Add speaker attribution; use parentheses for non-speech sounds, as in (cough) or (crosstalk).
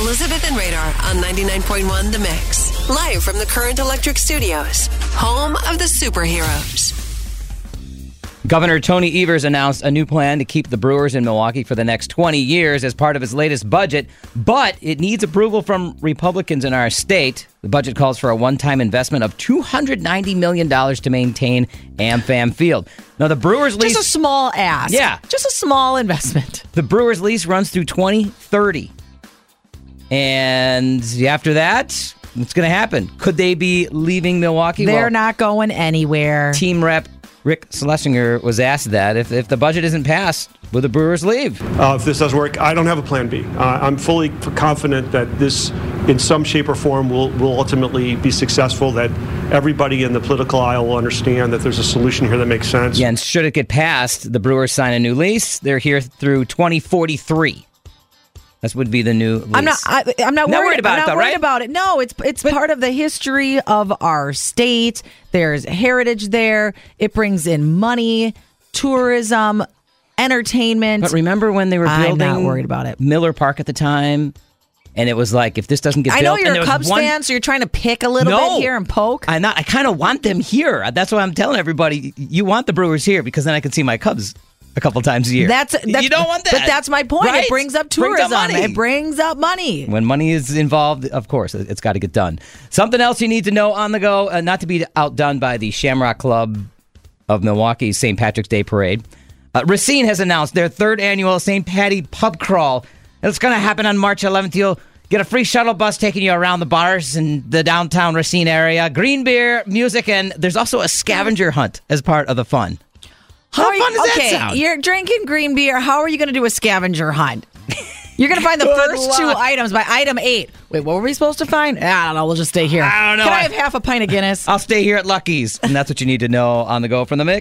Speaker 1: Elizabeth and Radar on 99.1 The Mix. Live from the current electric studios, home of the superheroes.
Speaker 2: Governor Tony Evers announced a new plan to keep the Brewers in Milwaukee for the next 20 years as part of his latest budget, but it needs approval from Republicans in our state. The budget calls for a one time investment of $290 million to maintain AmFam Field. Now, the Brewers lease.
Speaker 3: Just a small ask.
Speaker 2: Yeah.
Speaker 3: Just a small investment.
Speaker 2: The Brewers lease runs through 2030. And after that, what's going to happen? Could they be leaving Milwaukee?
Speaker 3: They're
Speaker 2: Well,
Speaker 3: not going anywhere.
Speaker 2: Team rep Rick Schlesinger was asked that. If, if the budget isn't passed, will the Brewers leave?
Speaker 4: Uh, if this doesn't work, I don't have a plan B. Uh, I'm fully f- confident that this, in some shape or form, will, will ultimately be successful, that everybody in the political aisle will understand that there's a solution here that makes sense.
Speaker 2: Yeah, and should it get passed, the Brewers sign a new lease. They're here through 2043. That would be the new lease.
Speaker 3: I'm not. I, I'm not,
Speaker 2: Not
Speaker 3: worried,
Speaker 2: worried about
Speaker 3: I'm
Speaker 2: it,
Speaker 3: not
Speaker 2: though,
Speaker 3: worried
Speaker 2: right?
Speaker 3: About it. No, it's it's part of the history of our state. There's heritage there. It brings in money, tourism, entertainment.
Speaker 2: but remember when they were
Speaker 3: I'm
Speaker 2: building
Speaker 3: not worried about it.
Speaker 2: Miller Park at the time, and it was like if this doesn't get
Speaker 3: I know
Speaker 2: built, and
Speaker 3: you're
Speaker 2: there
Speaker 3: a
Speaker 2: was
Speaker 3: Cubs
Speaker 2: one-
Speaker 3: fan, so you're trying to pick a little
Speaker 2: no,
Speaker 3: bit here and poke.
Speaker 2: I'm not. I kind of want them here. That's why I'm telling everybody. You want the Brewers here because then I can see my Cubs a couple times a year.
Speaker 3: that's, that's
Speaker 2: you don't want that.
Speaker 3: But that's my point.
Speaker 2: Right?
Speaker 3: It brings up
Speaker 2: Brings
Speaker 3: tourism.
Speaker 2: money.
Speaker 3: It brings up money.
Speaker 2: When money is involved, of course, it- it's got to get done. Something else you need to know on the go, uh, not to be outdone by the Shamrock Club of Milwaukee's St. Patrick's Day Parade. Uh, Racine has announced their third annual St. Patty Pub Crawl. It's going to happen on March 11th. You'll get a free shuttle bus taking you around the bars in the downtown Racine area, green beer, music, and there's also a scavenger hunt as part of the fun. How
Speaker 3: are you-
Speaker 2: fun does that
Speaker 3: okay,
Speaker 2: sound?
Speaker 3: You're drinking green beer. How are you going to do a scavenger hunt? (laughs) You're going to find the first two
Speaker 2: luck.
Speaker 3: items by item eight. Wait, what were we supposed to find? I don't know. We'll just stay here.
Speaker 2: I don't know.
Speaker 3: Can I
Speaker 2: I-
Speaker 3: have half a pint of Guinness?
Speaker 2: I'll stay here at Lucky's, and that's what you need to know on the go from the mix.